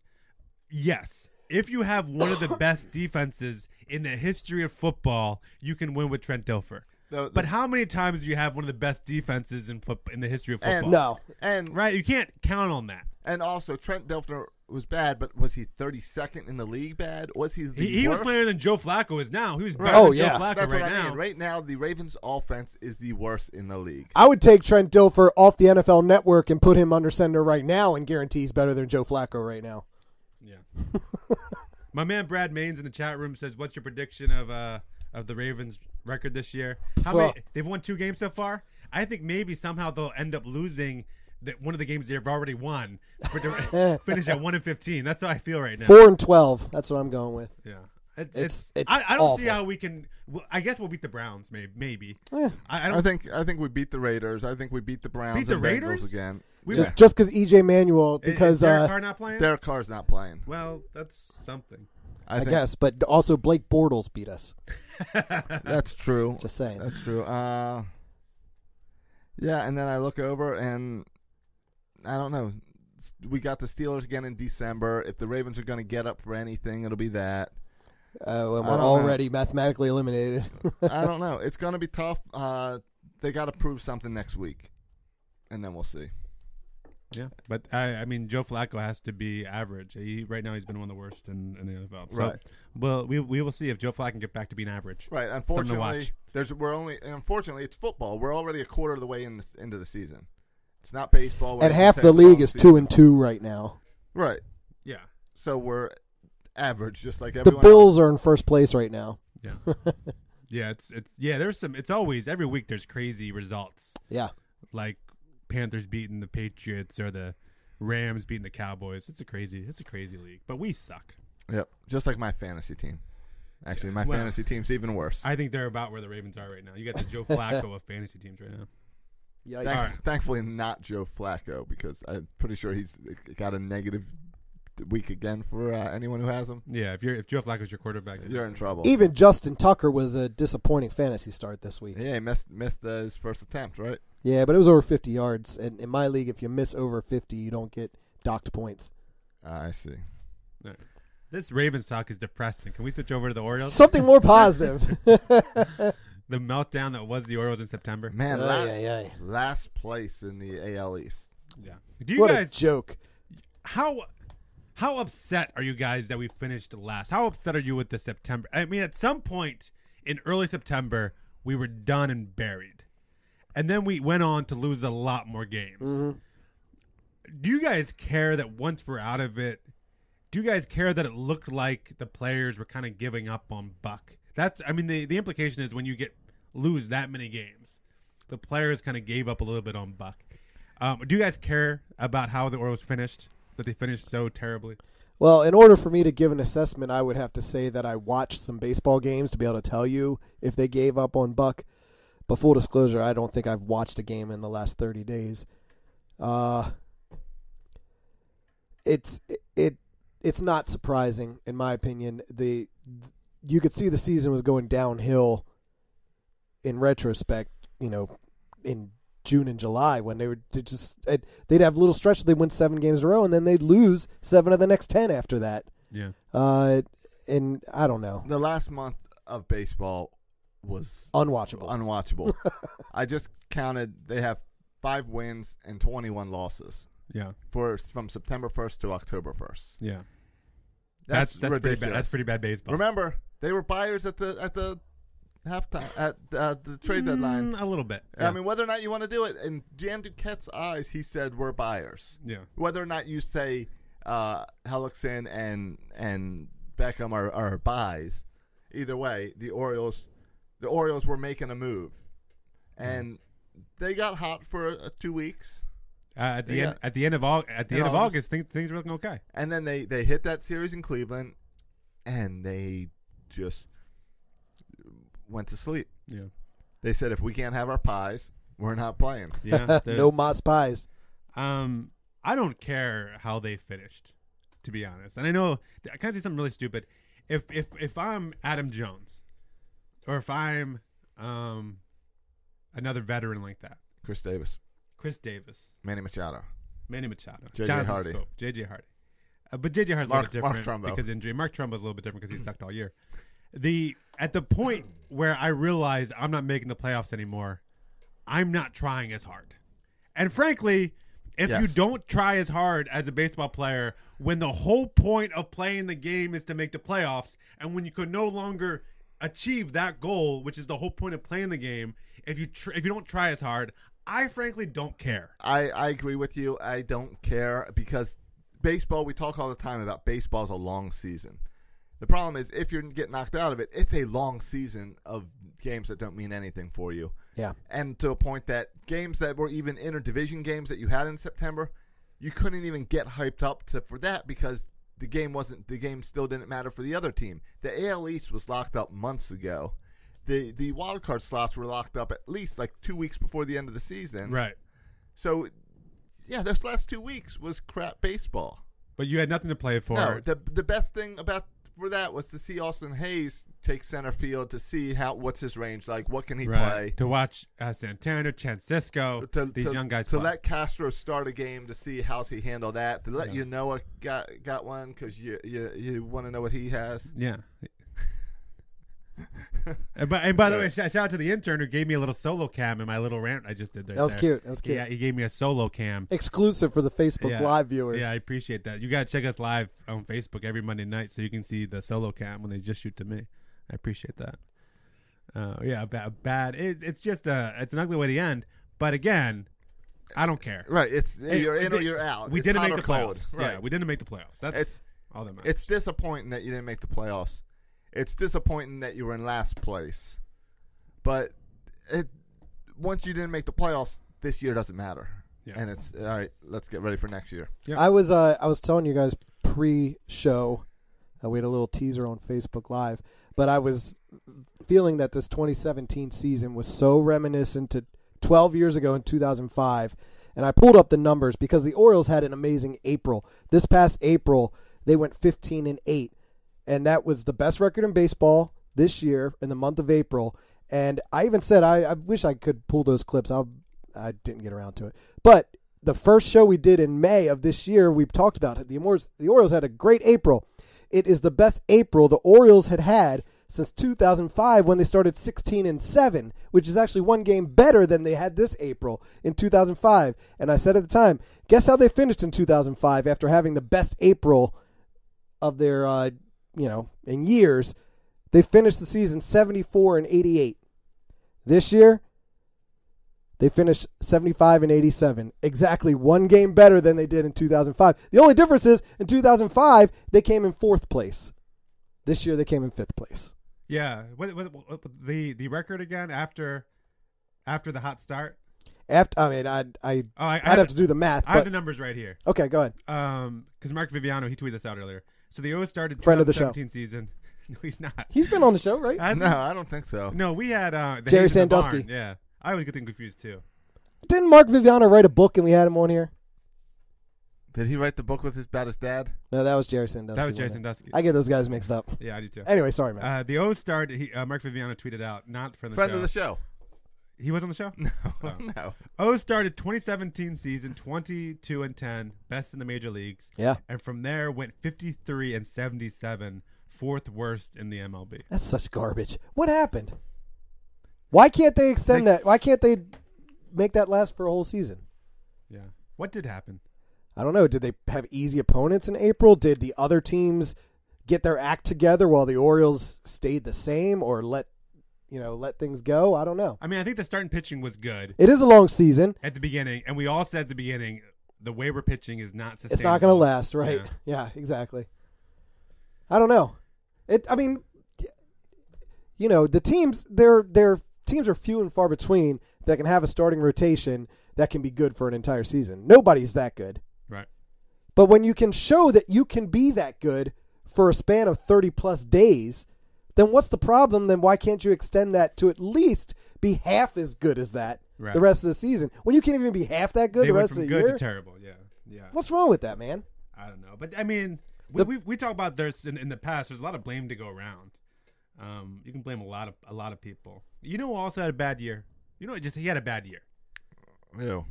Speaker 3: yes, if you have one of the best defenses in the history of football, you can win with Trent Dilfer.
Speaker 7: The- the-
Speaker 3: but how many times do you have one of the best defenses in foot in the history of
Speaker 7: And
Speaker 3: football?
Speaker 6: Eh, No.
Speaker 7: and
Speaker 3: right? You can't count on that.
Speaker 7: and also Trent Delphner was bad, but was he 32nd in the league bad? Was he the
Speaker 3: He, he was
Speaker 7: worst?
Speaker 3: better than Joe Flacco is now. He was better
Speaker 6: Oh,
Speaker 3: than
Speaker 6: yeah.
Speaker 3: Joe Flacco
Speaker 7: That's
Speaker 3: right
Speaker 7: what I
Speaker 3: now.
Speaker 7: mean. Right now, the Ravens' offense is the worst in the league.
Speaker 6: I would take Trent Dilfer off the NFL network and put him under center right now and guarantee he's better than Joe Flacco right now.
Speaker 3: Yeah. My man Brad Maines in the chat room says, "What's your prediction of uh of the Ravens' record this year? How many,
Speaker 6: Fuck.
Speaker 3: they've won two games so far. I think maybe somehow they'll end up losing the, one of the games they've already won. For to finish at one and fifteen. That's how I feel right now.
Speaker 6: 4 and 12, that's what I'm going with.
Speaker 3: Yeah. It,
Speaker 6: It's-
Speaker 3: it's,
Speaker 6: it's
Speaker 3: I, I don't see
Speaker 6: awful.
Speaker 3: how we can. Well, I guess we'll beat the Browns, maybe. Maybe. I, I don't
Speaker 7: I think I think we beat the Raiders. I think we beat the Browns.
Speaker 3: beat the
Speaker 7: and
Speaker 3: Raiders
Speaker 7: Bengals again.
Speaker 3: We
Speaker 6: Just
Speaker 3: were-
Speaker 6: just cuz EJ Manuel
Speaker 3: is- is
Speaker 6: because
Speaker 3: Derek
Speaker 6: uh,
Speaker 3: Carr not playing.
Speaker 7: Derek Carr's not playing.
Speaker 3: well, that's something.
Speaker 7: I,
Speaker 6: I
Speaker 7: think
Speaker 6: guess, but also Blake Bortles beat us.
Speaker 7: that's true.
Speaker 6: Just saying.
Speaker 7: That's true. Uh, yeah, and then I look over and I don't know. We got the Steelers again in December. If the Ravens are going to get up for anything, it'll be that.
Speaker 6: Uh, when
Speaker 7: I
Speaker 6: we're
Speaker 7: don't know.
Speaker 6: already mathematically eliminated.
Speaker 7: I don't know. It's going to be tough. Uh, they got to prove something next week, and then we'll see.
Speaker 3: Yeah, but I, I mean, Joe Flacco has to be average. He, right now, he's been one of the worst in, in the NFL. So,
Speaker 7: Right.
Speaker 3: Well, we we will see if Joe Flacco can get back to being average.
Speaker 7: Right.
Speaker 3: Something to watch.
Speaker 7: Unfortunately, there's we're only unfortunately it's football. We're already a quarter of the way in this, into the season. It's not baseball. where
Speaker 6: and
Speaker 7: you can
Speaker 6: half
Speaker 7: say
Speaker 6: the
Speaker 7: it's
Speaker 6: league
Speaker 7: long
Speaker 6: is
Speaker 7: season.
Speaker 6: 2 and 2 right now.
Speaker 7: Right.
Speaker 3: Yeah.
Speaker 7: So we're average, just like
Speaker 6: The
Speaker 7: everyone.
Speaker 6: Bills are in first place right now.
Speaker 3: Yeah. yeah. It's it's yeah. There's some. It's always every week. There's crazy results
Speaker 6: Yeah.
Speaker 3: like Panthers beating the Patriots or the Rams beating the Cowboys. It's a crazy. It's a crazy league, but we suck.
Speaker 7: Else. Yep. Just like my fantasy team. Actually, my
Speaker 3: Well-
Speaker 7: fantasy team's even worse.
Speaker 3: I think they're about where the Ravens are right now. You got the Joe Flacco of fantasy teams right now.
Speaker 6: Yikes.
Speaker 7: Thanks,
Speaker 3: Alright.
Speaker 7: Thankfully, not Joe Flacco because I'm pretty sure he's got a negative week again for uh, anyone who has him.
Speaker 3: Yeah. If you're if Joe Flacco's your quarterback,
Speaker 7: You're in trouble.
Speaker 6: Even Justin Tucker was a disappointing fantasy start this week.
Speaker 7: Yeah, he missed missed uh, his first attempt, right?
Speaker 6: Yeah, but it was over 50 yards. And in my league, if you miss over 50, you don't get docked points.
Speaker 7: Ah, I see.
Speaker 3: All right. This Ravens talk is depressing. Can we switch over to the Orioles?
Speaker 6: Something more positive.
Speaker 3: the meltdown that was the Orioles in September.
Speaker 7: Man,
Speaker 6: Aye,
Speaker 7: la-
Speaker 6: aye, aye.
Speaker 7: last place in the AL East.
Speaker 3: Yeah. Do you
Speaker 6: what a
Speaker 3: guys
Speaker 6: joke.
Speaker 3: how how upset are you guys that we finished last? How upset are you with the September? I mean, at some point in early September, we were done and buried, and then we went on to lose a lot more games.
Speaker 6: Mm-hmm.
Speaker 3: Do you guys care that once we're out of it? Do you guys care that it looked like the players were kind of giving up on Buck? That's I mean the the implication is when you get lose that many games, the players kind of gave up a little bit on Buck. Um, do you guys care about how the Orioles finished? That they finished so terribly.
Speaker 6: Well, in order for me to give an assessment, I would have to say that I watched some baseball games to be able to tell you if they gave up on Buck. But full disclosure, I don't think I've watched a game in the last 30 days. Uh, it's it it's not surprising in my opinion. The you could see the season was going downhill in retrospect, you know, in June and July when they were they just it, they'd have little stretch they win seven games in a row and then they'd lose seven of the next ten after that.
Speaker 3: Yeah.
Speaker 6: Uh, and I don't know,
Speaker 7: The last month of baseball was
Speaker 6: unwatchable.
Speaker 7: unwatchable. I just counted; they have five wins and twenty-one losses
Speaker 3: Yeah.
Speaker 7: for from September first to October first.
Speaker 3: Yeah. That's that's, pretty bad. That's pretty bad baseball.
Speaker 7: Remember, they were buyers at the at the halftime at uh, the trade deadline.
Speaker 3: Mm, a little bit.
Speaker 7: I mean, whether or not you want to do it, in Jan Duquette's eyes, he said we're buyers.
Speaker 3: Yeah.
Speaker 7: Whether or not you say uh, Hellickson and and Beckham are, are buys, either way, the Orioles the Orioles were making a move, and they got hot for uh, two weeks,
Speaker 3: Uh, at the
Speaker 7: Yeah.
Speaker 3: end, at the end of August, at the
Speaker 7: In
Speaker 3: end of
Speaker 7: August.
Speaker 3: August, things, things were looking okay.
Speaker 7: and then they they hit that series in Cleveland, and they just went to sleep.
Speaker 3: Yeah,
Speaker 7: They said if we can't have our pies, we're not playing.
Speaker 3: yeah. there's-
Speaker 6: no Moss pies.
Speaker 3: um, I don't care how they finished, to be honest. And I know I kind of see something really stupid. If if if I'm Adam Jones, or if I'm um, another veteran like that,
Speaker 7: Chris Davis,
Speaker 3: Chris Davis,
Speaker 7: Manny Machado.
Speaker 3: Manny Machado,
Speaker 7: J.J.
Speaker 3: Jonathan
Speaker 7: Hardy.
Speaker 3: Scope, JJ Hardy. Uh, but JJ Hardy's
Speaker 7: Mark-
Speaker 3: a little
Speaker 7: Mark Mm-hmm.
Speaker 3: different
Speaker 7: Trumbo.
Speaker 3: because injury. Mark Trumbo's a little bit different because he sucked all year. The at the point where I realized I'm not making the playoffs anymore, I'm not trying as hard. And frankly, if you
Speaker 7: Yes.
Speaker 3: don't try as hard as a baseball player, when the whole point of playing the game is to make the playoffs, and when you could no longer achieve that goal, which is the whole point of playing the game, if you tr- if you don't try as hard, I frankly don't care.
Speaker 7: I, I agree with you. I don't care because baseball, we talk all the time about baseball's a long season. The problem is if you get knocked out of it, it's a long season of games that don't mean anything for you.
Speaker 6: Yeah.
Speaker 7: And to a point that games that were even interdivision games that you had in September, you couldn't even get hyped up to for that because the game wasn't the game still didn't matter for the other team. The AL East was locked up months ago. The the wild card slots were locked up at least like two weeks before the end of the season.
Speaker 3: Right.
Speaker 7: So, yeah, those last two weeks was crap baseball.
Speaker 3: But you had nothing to play for.
Speaker 7: No, the the best thing about for that was to see Austin Hayes take center field to see how what's his range like, what can he
Speaker 3: right.
Speaker 7: play.
Speaker 3: To watch uh, Santana, Chancisco,
Speaker 7: To,
Speaker 3: these
Speaker 7: to-
Speaker 3: young guys
Speaker 7: to
Speaker 3: play.
Speaker 7: let Castro start a game to see how's he handle that to let you know got got one because you you, you want to know what he has
Speaker 3: yeah. and by, and by the way, sh- shout out to the intern who gave me a little solo cam in my little rant I just did there.
Speaker 6: That was
Speaker 3: there.
Speaker 6: cute. That was cute.
Speaker 3: Yeah, he gave me a solo cam.
Speaker 6: Exclusive for the Facebook
Speaker 3: Yeah.
Speaker 6: Live viewers.
Speaker 3: Yeah, I appreciate that. You got to check us live on Facebook every Monday night so you can see the solo cam when they just shoot to me. I appreciate that. Uh, yeah, bad. bad. It, it's just a, it's an ugly way to end. But again, I don't care.
Speaker 7: right it's
Speaker 3: Hey,
Speaker 7: you're in or
Speaker 3: they-
Speaker 7: you're out
Speaker 3: We
Speaker 7: It's
Speaker 3: didn't
Speaker 7: hot
Speaker 3: make
Speaker 7: or
Speaker 3: the
Speaker 7: cold.
Speaker 3: playoffs.
Speaker 7: right
Speaker 3: Yeah, we didn't make the playoffs. That's
Speaker 7: It's-
Speaker 3: all that matters.
Speaker 7: it's disappointing that you didn't make the playoffs. It's disappointing that you were in last place. But it once you didn't make the playoffs, this year doesn't matter.
Speaker 3: Yeah.
Speaker 7: And it's all right, let's get ready for next year.
Speaker 6: I was uh, I was telling you guys pre-show, uh, we had a little teaser on Facebook Live, but I was feeling that this 2017 season was so reminiscent to 12 years ago in 2005, and I pulled up the numbers because the Orioles had an amazing April. This past April, they went 15 and 8, and that was the best record in baseball this year in the month of April. And I even said I, I wish I could pull those clips. I'll, I didn't get around to it, but the first show we did in May of this year, we talked about it. The Orioles, the Orioles had a great April. It is the best April the Orioles had had since 2005 when they started 16 and 7, which is actually one game better than they had this April in 2005. And I said at the time, guess how they finished in 2005 after having the best April of their uh, you know, in years. They finished the season 74 and 88. This year, they finished 75 and 87, exactly one game better than they did in 2005. The only difference is in 2005 they came in fourth place. This year they came in fifth place.
Speaker 3: yeah. What, what, what, the the record again after after the hot start.
Speaker 6: After I mean I I
Speaker 3: Oh, I, I
Speaker 6: I'd have to do the math,
Speaker 3: I have
Speaker 6: but
Speaker 3: the numbers right here.
Speaker 6: okay, go ahead.
Speaker 3: Um, because Mark Viviano he tweeted this out earlier. So the O's started
Speaker 6: Friend of the show.
Speaker 3: 2017 season. No, he's not.
Speaker 6: He's been on the show, right?
Speaker 3: I think-
Speaker 7: No, Uh, I don't think so.
Speaker 3: no, we had uh, the
Speaker 6: Jerry
Speaker 3: Hayes in the
Speaker 6: Sandusky.
Speaker 3: barn. Yeah, I always get them confused too.
Speaker 6: Didn't Mark Viviano write a book and we had him on here?
Speaker 7: Did he write the book with his about his dad?
Speaker 6: No, that was Jerry Sandusky.
Speaker 3: That was Jerry
Speaker 6: wasn't it?
Speaker 3: Sandusky.
Speaker 6: I get those guys mixed up.
Speaker 3: Yeah, Uh, I do too.
Speaker 6: Anyway, sorry man.
Speaker 3: Uh, the O's started. He, uh, Mark Viviano tweeted out, not friend of the
Speaker 7: Friend
Speaker 3: show.
Speaker 7: of the show.
Speaker 3: He was on the show.
Speaker 7: No, no.
Speaker 3: O started 2017 season 22 and 10, best in the major leagues.
Speaker 6: Yeah.
Speaker 3: And from there went 53 and 77, fourth worst in the MLB.
Speaker 6: That's such garbage. What happened? Why can't they extend that? Why can't they make that last for a whole season?
Speaker 3: Yeah. What did happen?
Speaker 6: I don't know. Did they have easy opponents in April? Did the other teams get their act together while the Orioles stayed the same or let you know, let things go? I don't know.
Speaker 3: I mean, I think the starting pitching was good
Speaker 6: It is a long season.
Speaker 3: at the beginning, and we all said at the beginning the way we're pitching is not sustainable.
Speaker 6: It's not going to last, right?
Speaker 3: Yeah.
Speaker 6: Yeah. exactly. I don't know. It I mean you know, the teams their their teams are few and far between that can have a starting rotation that can be good for an entire season. Nobody's that good.
Speaker 3: Right.
Speaker 6: But when you can show that you can be that good for a span of 30 plus days, then what's the problem? Then why can't you extend that to at least be half as good as that
Speaker 3: Right.
Speaker 6: the rest of the season? When you can't even be half that good
Speaker 3: They
Speaker 6: the
Speaker 3: went
Speaker 6: rest of
Speaker 3: from
Speaker 6: the
Speaker 3: good
Speaker 6: year?
Speaker 3: to terrible. Yeah. Yeah.
Speaker 6: what's wrong with that, man?
Speaker 3: I don't know, but I mean, we, we, we talk about there's in, in the past. There's a lot of blame to go around. Um, you can blame a lot of a lot of people. You know, who also had a bad year. You know, just he had a bad year. Oh,
Speaker 7: Ew.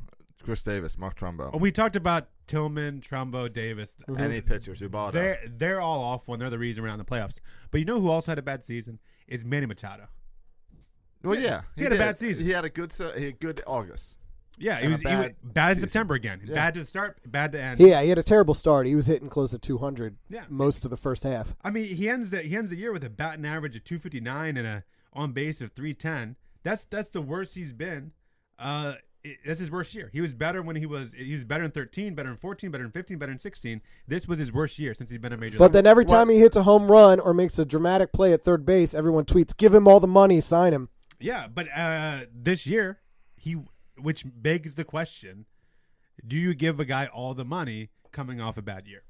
Speaker 7: Chris Davis, Mark Trumbo.
Speaker 3: We talked about Tillman, Trumbo, Davis.
Speaker 7: Any pitchers, Ubada.
Speaker 3: They're they're all awful, and they're the reason we're not in the playoffs. But you know who also had a bad season is Manny Machado.
Speaker 7: well, yeah,
Speaker 3: he had a
Speaker 7: did.
Speaker 3: bad season.
Speaker 7: He had a good, se- he had a good August.
Speaker 3: Yeah, he
Speaker 7: And a
Speaker 3: was bad, he was
Speaker 7: bad
Speaker 3: bad in
Speaker 7: season.
Speaker 3: September again.
Speaker 7: Yeah.
Speaker 3: Bad to start, bad to end.
Speaker 6: Yeah, he had a terrible start. He was hitting close to 200
Speaker 3: Yeah.
Speaker 6: most of the first half.
Speaker 3: I mean, he ends the he ends the year with a batting average of 259 and a on base of 310. That's that's the worst he's been. Uh, it- that's his worst year. He was better when he was he was better in 13, better in 14, better in 15, better in 16. This was his worst year since he's been a major.
Speaker 6: But
Speaker 3: leaguer.
Speaker 6: then every time he hits a home run or makes a dramatic play at third base, everyone tweets, "Give him all the money, sign him."
Speaker 3: yeah, but uh, this year he, which begs the question: Do you give a guy all the money coming off a bad year?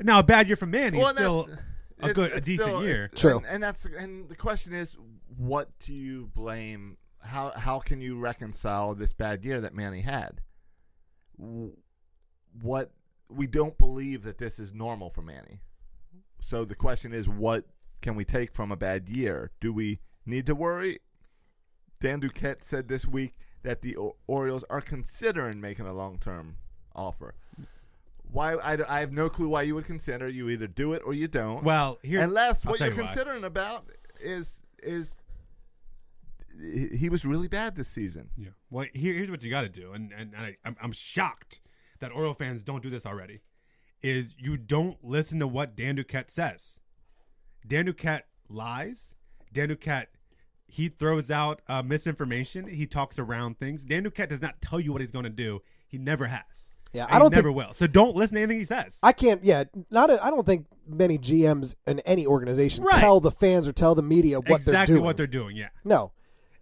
Speaker 3: Now a bad year for Manny is
Speaker 7: Well,
Speaker 3: still
Speaker 7: that's-
Speaker 3: a
Speaker 7: it's-
Speaker 3: good, a
Speaker 7: it's
Speaker 3: decent
Speaker 7: still-
Speaker 3: year.
Speaker 7: it's-
Speaker 6: True.
Speaker 7: And, and that's and the question is, what do you blame? How how can you reconcile this bad year that Manny had? W- What we don't believe that this is normal for Manny. So the question is, what can we take from a bad year? Do we need to worry? Dan Duquette said this week that the o- Orioles are considering making a long term offer. Why I, d- I have no clue why you would consider. You either do it or you don't.
Speaker 3: Well, here-
Speaker 7: unless
Speaker 3: I'll
Speaker 7: what
Speaker 3: tell
Speaker 7: you're
Speaker 3: you why.
Speaker 7: considering about is is he he was really bad this season.
Speaker 3: Yeah. Well, here, here's what you got to do, and and, and I, I'm, I'm shocked that Oriole fans don't do this already. Is you don't listen to what Dan Duquette says. Dan Duquette lies. Dan Duquette he throws out uh, misinformation. He talks around things. Dan Duquette does not tell you what he's going to do. He never has.
Speaker 6: Yeah,
Speaker 3: And
Speaker 6: I don't
Speaker 3: he never
Speaker 6: think-
Speaker 3: will. So don't listen to anything he says.
Speaker 6: I can't. Yeah, not. A, I don't think many GMs in any organization
Speaker 3: Right.
Speaker 6: tell the fans or tell the media what
Speaker 3: exactly
Speaker 6: they're doing.
Speaker 3: what they're doing. Yeah.
Speaker 6: no.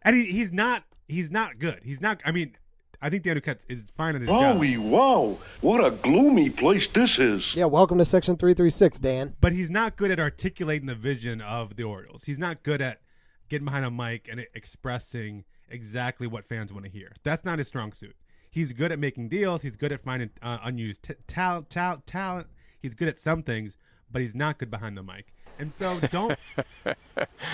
Speaker 3: And he, he's not. He's not good. He's not. I mean, I think Dan Duquette is fine at his job.
Speaker 8: Holy wow, what a gloomy place this is.
Speaker 6: Yeah, welcome to Section Three Three Six, Dan.
Speaker 3: but he's not good at articulating the vision of the Orioles. He's not good at getting behind a mic and expressing exactly what fans want to hear. That's not his strong suit. He's good at making deals. He's good at finding uh, unused t- talent, talent, talent. He's good at some things, but he's not good behind the mic. And so don't,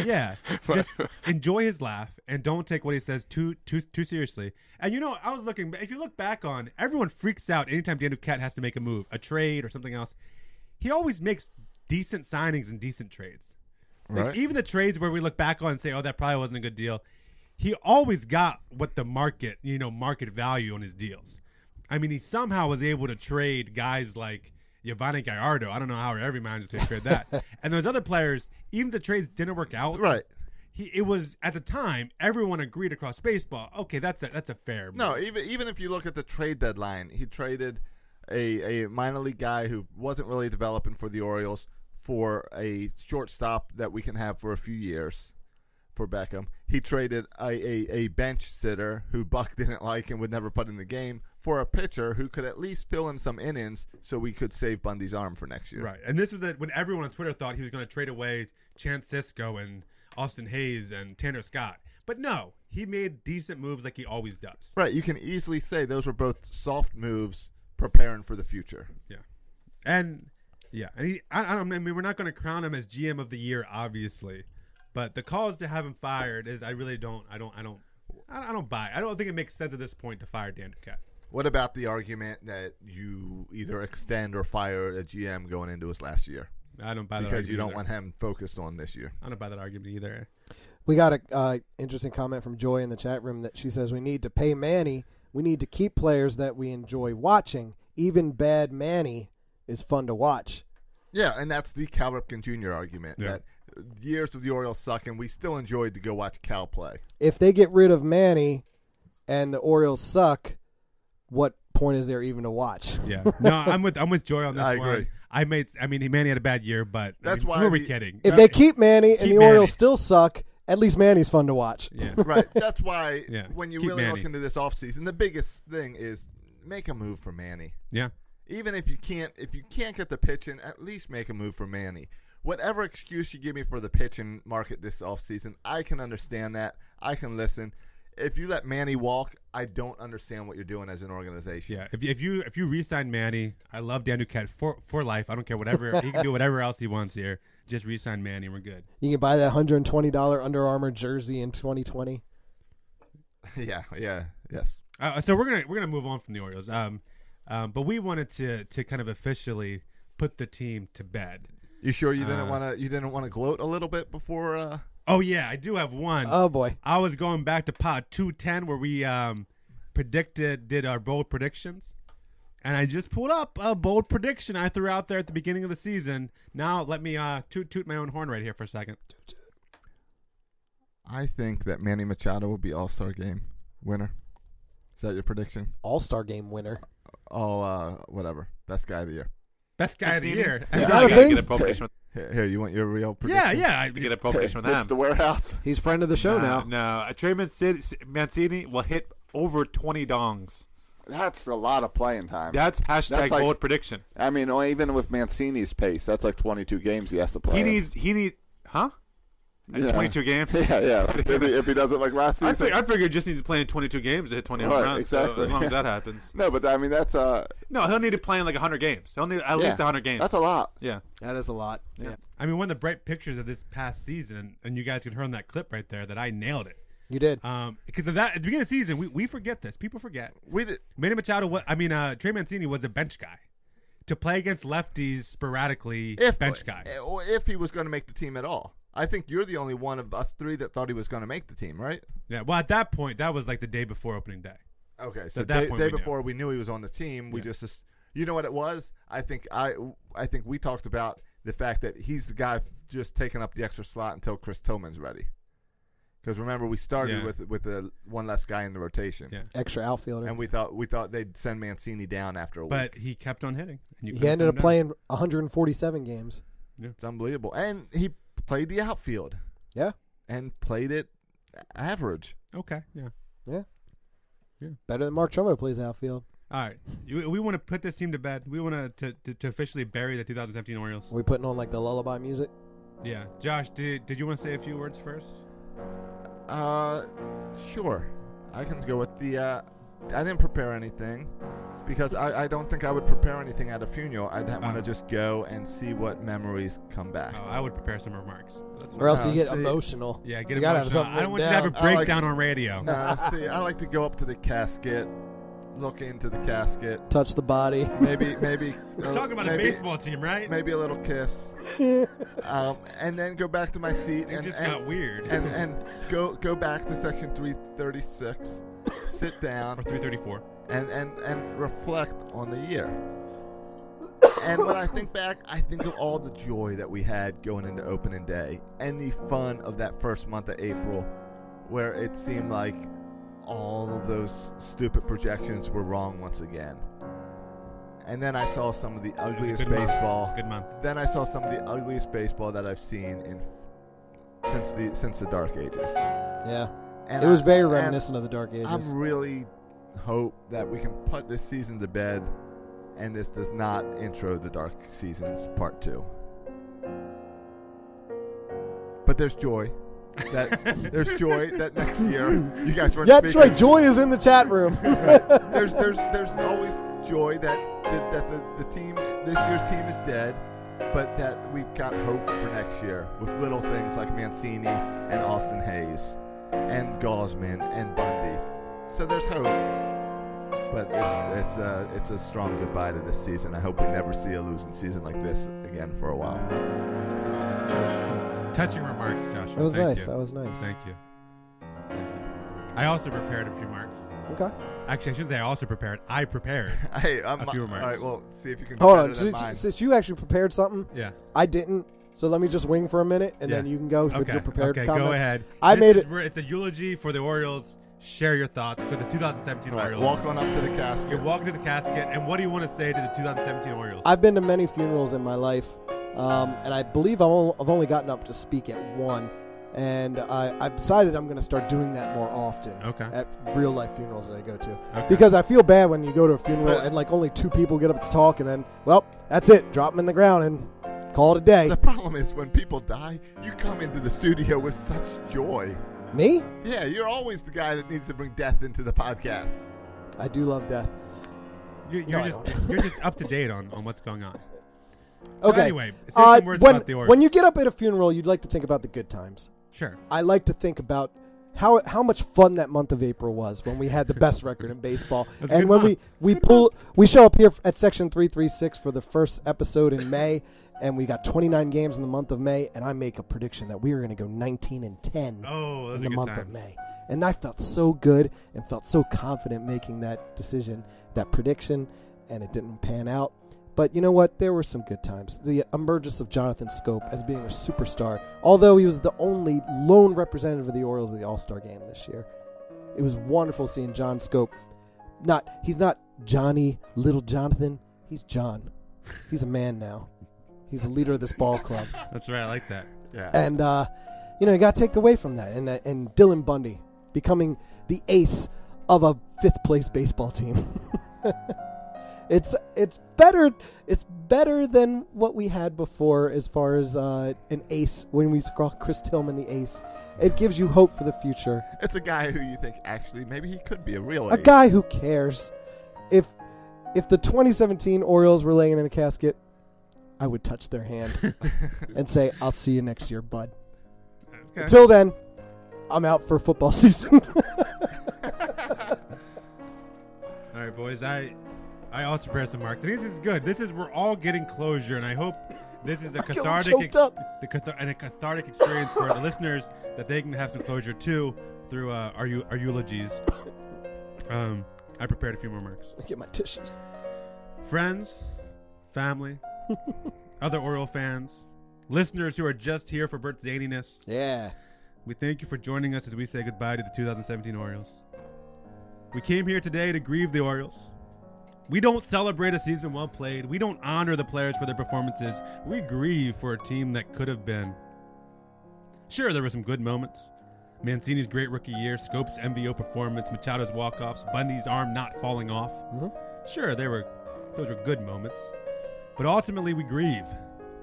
Speaker 3: yeah, just enjoy his laugh and don't take what he says too too too seriously. And you know, I was looking. If you look back on, everyone freaks out anytime Dan Duquette has to make a move, a trade or something else he always makes decent signings and decent trades. Like,
Speaker 7: Right.
Speaker 3: Even the trades where we look back on and say, "Oh, that probably wasn't a good deal," he always got what the market, you know, market value on his deals. I mean, he somehow was able to trade guys like Giovanni Gallardo. I don't know how every manager to trade that. and those other players, even the trades didn't work out.
Speaker 7: Right.
Speaker 3: He, it was at the time everyone agreed across baseball. Okay, that's a that's a fair.
Speaker 7: No,
Speaker 3: move.
Speaker 7: even even if you look at the trade deadline, he traded a, a minor league guy who wasn't really developing for the Orioles for a shortstop that we can have for a few years for Beckham. He traded a, a, a bench sitter who Buck didn't like and would never put in the game for a pitcher who could at least fill in some innings so we could save Bundy's arm for next year.
Speaker 3: Right. And this was the, when everyone on Twitter thought he was going to trade away Chance Cisco and Austin Hayes and Tanner Scott. But no, he made decent moves like he always does.
Speaker 7: Right. You can easily say those were both soft moves preparing for the future.
Speaker 3: Yeah. And yeah, and he, I, I don't I mean we're not going to crown him as GM of the year obviously, But the calls to have him fired is I really don't I don't I don't I I don't buy. it. I don't think it makes sense at this point to fire Dan Duquette.
Speaker 7: What about the argument that you either extend or fire a GM going into his last year
Speaker 3: I don't buy that
Speaker 7: because you
Speaker 3: argument
Speaker 7: don't
Speaker 3: either.
Speaker 7: want him focused on this year?
Speaker 3: I don't buy that argument either.
Speaker 6: We got a uh, interesting comment from Joy in the chat room that she says we need to pay Manny. We need to keep players that we enjoy watching. Even bad Manny is fun to watch.
Speaker 7: Yeah, and that's the Cal Ripken Jr. argument
Speaker 3: Yeah.
Speaker 7: that years of the Orioles suck, and we still enjoyed to go watch Cal play.
Speaker 6: If they get rid of Manny and the Orioles suck, what point is there even to watch?
Speaker 3: Yeah. No, I'm with I'm with Joy on this
Speaker 7: I
Speaker 3: one.
Speaker 7: agree.
Speaker 3: I made I mean he Manny had a bad year, but I
Speaker 7: That's
Speaker 3: mean,
Speaker 7: why
Speaker 3: who are we
Speaker 7: we-
Speaker 3: kidding?
Speaker 6: If they keep Manny and
Speaker 3: Keep
Speaker 6: the
Speaker 3: Manny.
Speaker 6: Orioles still suck, at least Manny's fun to watch.
Speaker 3: Yeah.
Speaker 7: Right. That's why
Speaker 3: Yeah,
Speaker 7: when you
Speaker 3: keep
Speaker 7: really
Speaker 3: Manny.
Speaker 7: look into this offseason, the biggest thing is make a move for Manny.
Speaker 3: Yeah.
Speaker 7: Even if you can't if you can't get the pitching, at least make a move for Manny. Whatever excuse you give me for the pitching market this offseason, I can understand that. I can listen. If you let Manny walk, I don't understand what you're doing as an organization.
Speaker 3: Yeah, if you, if you if you resign Manny, I love Dan Duquette for for life. I don't care whatever he can do, whatever else he wants here. Just resign Manny, we're good.
Speaker 6: You can buy that $120 Under Armour jersey in 2020.
Speaker 7: Yeah, yeah, yes.
Speaker 3: Uh, so we're gonna we're gonna move on from the Orioles. Um, um, but we wanted to to kind of officially put the team to bed.
Speaker 7: You sure you didn't
Speaker 3: Uh,
Speaker 7: want to you didn't want to gloat a little bit before uh
Speaker 3: Oh yeah, I do have one.
Speaker 6: Oh, boy.
Speaker 3: I was going back to pod 210 where we um, predicted, did our bold predictions. And I just pulled up a bold prediction I threw out there at the beginning of the season. Now let me uh, toot toot my own horn right here for a second.
Speaker 7: I think that Manny Machado will be All-Star game winner. Is that your prediction?
Speaker 6: All Star game winner.
Speaker 7: Oh, uh, whatever. Best guy of the year.
Speaker 3: Best guy of the year.
Speaker 6: Is
Speaker 3: Yeah,
Speaker 6: that a thing?
Speaker 9: Get a publication with,
Speaker 7: Here, here, you want your real prediction?
Speaker 3: yeah, yeah. I-
Speaker 9: get a publication with
Speaker 1: It's
Speaker 9: them.
Speaker 1: the warehouse.
Speaker 10: He's friend of the show
Speaker 9: no,
Speaker 10: now.
Speaker 9: no. Uh, Trey Mancini, Mancini will hit over twenty dongs.
Speaker 1: That's a lot of playing time.
Speaker 9: That's hashtag
Speaker 1: That's like-
Speaker 9: bold prediction.
Speaker 1: I mean, oh, even with Mancini's pace, that's like 22 games he has to play.
Speaker 9: He
Speaker 1: in.
Speaker 9: needs. He need. Huh?
Speaker 1: Yeah.
Speaker 9: 22 games.
Speaker 1: Yeah, yeah. Like, if, he, if he does it like last
Speaker 9: I,
Speaker 1: season,
Speaker 9: fig- I figure he just needs to play in 22 games to hit 20 home
Speaker 1: Right,
Speaker 9: runs. So
Speaker 1: exactly.
Speaker 9: as long as that happens.
Speaker 1: no, but I mean that's uh,
Speaker 9: No, he'll need to play in like 100 games. He'll need at
Speaker 1: yeah,
Speaker 9: least 100 games.
Speaker 1: That's a lot.
Speaker 9: Yeah.
Speaker 10: That is a lot. Yeah.
Speaker 3: I mean, one of the bright pictures of this past season, and, and you guys can hear on that clip right there that I nailed it.
Speaker 6: You did.
Speaker 3: Um, because of that, at the beginning of the season, we, we forget this. People forget.
Speaker 7: We did,
Speaker 3: Manny Machado, wa- I mean, uh, Trey Mancini was a bench guy. To play against lefties sporadically,
Speaker 7: if eh,
Speaker 3: bench guy.
Speaker 7: or if he was going to make the team at all. I think you're the only one of us three that thought he was going to make the team, right?
Speaker 3: Yeah. Well, at that point, that was like the day before opening day.
Speaker 7: Okay, so
Speaker 3: At that
Speaker 7: day,
Speaker 3: point
Speaker 7: day
Speaker 3: we knew.
Speaker 7: before we knew he was on the team. We just, just, you know what it was. I think I, I think we talked about the fact that he's the guy just taking up the extra slot until Chris Tillman's ready. Because remember, we started
Speaker 3: Yeah.
Speaker 7: with with the one less guy in the rotation,
Speaker 3: Yeah.
Speaker 6: Extra outfielder.
Speaker 7: and we thought we thought they'd send Mancini down after a week.
Speaker 3: But he kept on hitting. And you
Speaker 6: He
Speaker 3: couldn't
Speaker 6: ended
Speaker 3: slow
Speaker 6: up
Speaker 3: him down.
Speaker 6: playing 147 games.
Speaker 7: It's unbelievable. And he played the outfield
Speaker 6: Yeah.
Speaker 7: and played it average.
Speaker 3: Okay. Yeah.
Speaker 6: Yeah.
Speaker 3: Yeah.
Speaker 6: Better than Mark Trumbo plays outfield.
Speaker 3: All right. You, we want to put this team to bed. We want to, to to officially bury the 2017 Orioles.
Speaker 6: Are we putting on like the lullaby music?
Speaker 3: Yeah. Josh, did did you want to say a few words first?
Speaker 7: Uh, sure. I can go with the. Uh, I didn't prepare anything because I, I don't think I would prepare anything at a funeral. I'd want
Speaker 3: Oh.
Speaker 7: to just go and see what memories come back.
Speaker 3: Oh, I would prepare some remarks. That's
Speaker 6: Or else
Speaker 7: No,
Speaker 6: you get
Speaker 7: see-
Speaker 6: emotional.
Speaker 3: Oh, yeah. Get
Speaker 6: you gotta
Speaker 3: emotional.
Speaker 6: have something
Speaker 3: I don't want
Speaker 6: written
Speaker 3: you to have a
Speaker 6: down.
Speaker 7: I like-
Speaker 3: breakdown on radio.
Speaker 7: Nah, Uh, see, I like to go up to the casket, look into the casket.
Speaker 6: touch the body.
Speaker 7: Maybe, maybe. uh,
Speaker 3: We're talking about
Speaker 7: maybe,
Speaker 3: a baseball team, right?
Speaker 7: Maybe a little kiss, um, and then go back to my seat.
Speaker 3: it
Speaker 7: and,
Speaker 3: just
Speaker 7: and-
Speaker 3: got weird.
Speaker 7: and and go go back to section 336 sit
Speaker 3: or
Speaker 7: down
Speaker 3: 334.
Speaker 7: and and and reflect on the year and when i think back i think of all the joy that we had going into opening day and the fun of that first month of april where it seemed like all of those stupid projections were wrong once again and then i saw some of the ugliest
Speaker 3: good month.
Speaker 7: baseball
Speaker 3: It's a good month.
Speaker 7: then I saw some of the ugliest baseball that I've seen in since the since the Dark Ages.
Speaker 6: Yeah.
Speaker 7: And
Speaker 6: it was
Speaker 7: I-
Speaker 6: very
Speaker 7: and
Speaker 6: reminiscent of the Dark Ages.
Speaker 7: I'm really hope that we can put this season to bed, and this does not intro the Dark Seasons Part Two. But there's joy. That there's joy that next year you guys weren't.
Speaker 6: That's
Speaker 7: speaking.
Speaker 6: right. Joy is in the chat room.
Speaker 7: There's there's there's always joy that that, that the, the team this year's team is dead, but that we've got hope for next year with little things like Mancini and Austin Hayes and Gosman and Bundy. So there's hope. But it's it's a it's a strong goodbye to this season. I hope we never see a losing season like this again for a while.
Speaker 3: Touching remarks, Joshua.
Speaker 6: That was
Speaker 3: Thank
Speaker 6: nice.
Speaker 3: you.
Speaker 6: That was nice.
Speaker 3: Thank you. I also prepared a few marks.
Speaker 6: Okay.
Speaker 3: Actually, I should say I also prepared. I prepared
Speaker 7: Hey, I'm,
Speaker 3: a few remarks.
Speaker 7: All right, well, see if you can. do
Speaker 6: Hold
Speaker 7: better
Speaker 6: on.
Speaker 7: than
Speaker 6: Since,
Speaker 7: mine.
Speaker 6: since you actually prepared something,
Speaker 3: Yeah.
Speaker 6: I didn't. So let me just wing for a minute, and
Speaker 3: Yeah.
Speaker 6: then you can go with
Speaker 3: Okay,
Speaker 6: your prepared
Speaker 3: okay,
Speaker 6: comments.
Speaker 3: go ahead.
Speaker 6: I
Speaker 3: This
Speaker 6: made
Speaker 3: is
Speaker 6: it.
Speaker 3: where- It's a eulogy for the Orioles. Share your thoughts for the 2017
Speaker 7: All right,
Speaker 3: Orioles.
Speaker 7: walk on up to the casket.
Speaker 3: You walk to the casket, and what do you want to say to the 2017 Orioles?
Speaker 6: I've been to many funerals in my life, um, and I believe I've only, I've only gotten up to speak at one. And I, I've decided I'm going to start doing that more often
Speaker 3: Okay.
Speaker 6: at real life funerals that I go to. Because I feel bad when you go to a funeral and like only two people get up to talk, and then, well, that's it. Drop them in the ground and call it a day.
Speaker 7: The problem is when people die, you come into the studio with such joy.
Speaker 6: Me?
Speaker 7: Yeah, you're always the guy that needs to bring death into the podcast.
Speaker 6: I do love death.
Speaker 3: You're, you're
Speaker 6: No, I
Speaker 3: just you're just up to date on, on what's going on. So
Speaker 6: Okay.
Speaker 3: Anyway, say
Speaker 6: Uh,
Speaker 3: some words
Speaker 6: when,
Speaker 3: about the Orioles.
Speaker 6: when you get up at a funeral, you'd like to think about the good times.
Speaker 3: Sure.
Speaker 6: I like to think about how how much fun that month of April was when we had the best record in baseball,
Speaker 3: That's a
Speaker 6: and
Speaker 3: good
Speaker 6: when
Speaker 3: month.
Speaker 6: we we pull we show up here at section three three six for the first episode in May, and we got twenty nine games in the month of May, and I make a prediction that we are going to go nineteen and ten
Speaker 3: Oh, those
Speaker 6: in
Speaker 3: are
Speaker 6: the
Speaker 3: good
Speaker 6: month of
Speaker 3: times.
Speaker 6: May, and I felt so good and felt so confident making that decision, that prediction, and it didn't pan out. But you know what? There were some good times. The emergence of Jonathan Scope as being a superstar, although he was the only lone representative of the Orioles in the All Star game this year. It was wonderful seeing John Scope. Not he's not Johnny Little Jonathan. He's John. He's a man now. He's a leader of this ball club.
Speaker 3: That's right. I like that.
Speaker 7: Yeah.
Speaker 6: And uh, you know, you got to take away from that. And uh, and Dylan Bundy becoming the ace of a fifth place baseball team. it's it's better it's better than what we had before as far as uh, an ace when we saw Chris Tillman the ace. It gives you hope for the future.
Speaker 7: It's a guy who you think actually maybe he could be a real
Speaker 6: A
Speaker 7: ace.
Speaker 6: guy who cares. If if the 2017 Orioles were laying in a casket, I would touch their hand and say, "I'll see you next year, bud."
Speaker 3: Okay.
Speaker 6: Until then, I'm out for football season.
Speaker 3: All right, boys. I I also prepared some marks. This is good. This is we're all getting closure, and I hope this is a
Speaker 6: getting
Speaker 3: cathartic
Speaker 6: choked up.
Speaker 3: the cathar- and a cathartic experience for the listeners that they can have some closure too through uh, our eu- our eulogies. Um, I prepared a few more marks.
Speaker 6: Get my tissues.
Speaker 3: friends, family, other Oriole fans, listeners who are just here for Bert's zaniness.
Speaker 6: Yeah.
Speaker 3: We thank you for joining us as we say goodbye to the 2017 Orioles. We came here today to grieve the Orioles. We don't celebrate a season well played. We don't honor the players for their performances. We grieve for a team that could have been. Sure, there were some good moments. Mancini's great rookie year, Scope's MVO performance, Machado's walk-offs, Bundy's arm not falling off. Sure, they were those were good moments. But ultimately we grieve.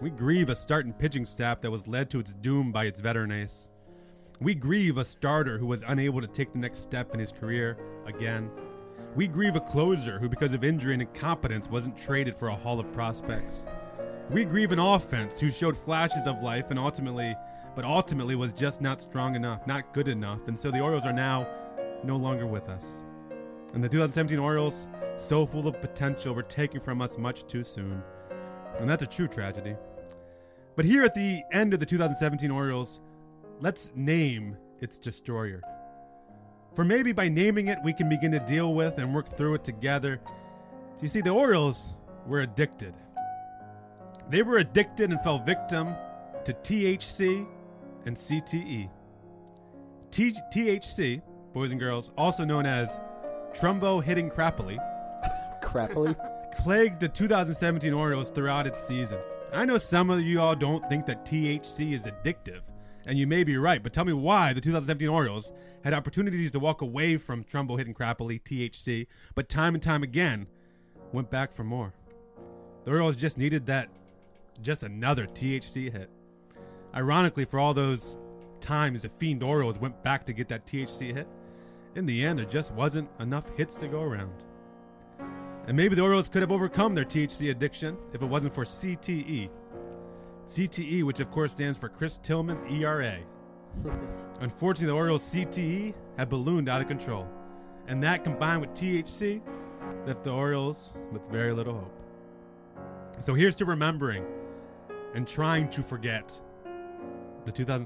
Speaker 3: We grieve a starting pitching staff that was led to its doom by its veteran ace. We grieve a starter who was unable to take the next step in his career again. We grieve a closer who, because of injury and incompetence, wasn't traded for a hall of prospects. We grieve an offense who showed flashes of life and ultimately, but ultimately was just not strong enough, not good enough, and so the Orioles are now no longer with us. And the 2017 Orioles, so full of potential, were taken from us much too soon. And that's a true tragedy. But here at the end of the 2017 Orioles, let's name its destroyer. For maybe by naming it, we can begin to deal with and work through it together. You see, the Orioles were addicted. They were addicted and fell victim to THC and CTE. T- THC, boys and girls, also known as Trumbo hitting crappily,
Speaker 6: Crappily.
Speaker 3: plagued the 2017 Orioles throughout its season. I know some of you all don't think that THC is addictive, and you may be right, but tell me why the 2017 Orioles had opportunities to walk away from Trumbo hitting crappily, THC, but time and time again went back for more. The Orioles just needed that, just another THC hit. Ironically, for all those times the Fiend Orioles went back to get that THC hit, in the end, there just wasn't enough hits to go around. And maybe the Orioles could have overcome their THC addiction if it wasn't for CTE, CTE, E, which of course stands for Chris Tillman ERA. Unfortunately, the Orioles' CTE had ballooned out of control, and that combined with THC left the Orioles with very little hope. So here's to remembering and trying to forget the 2006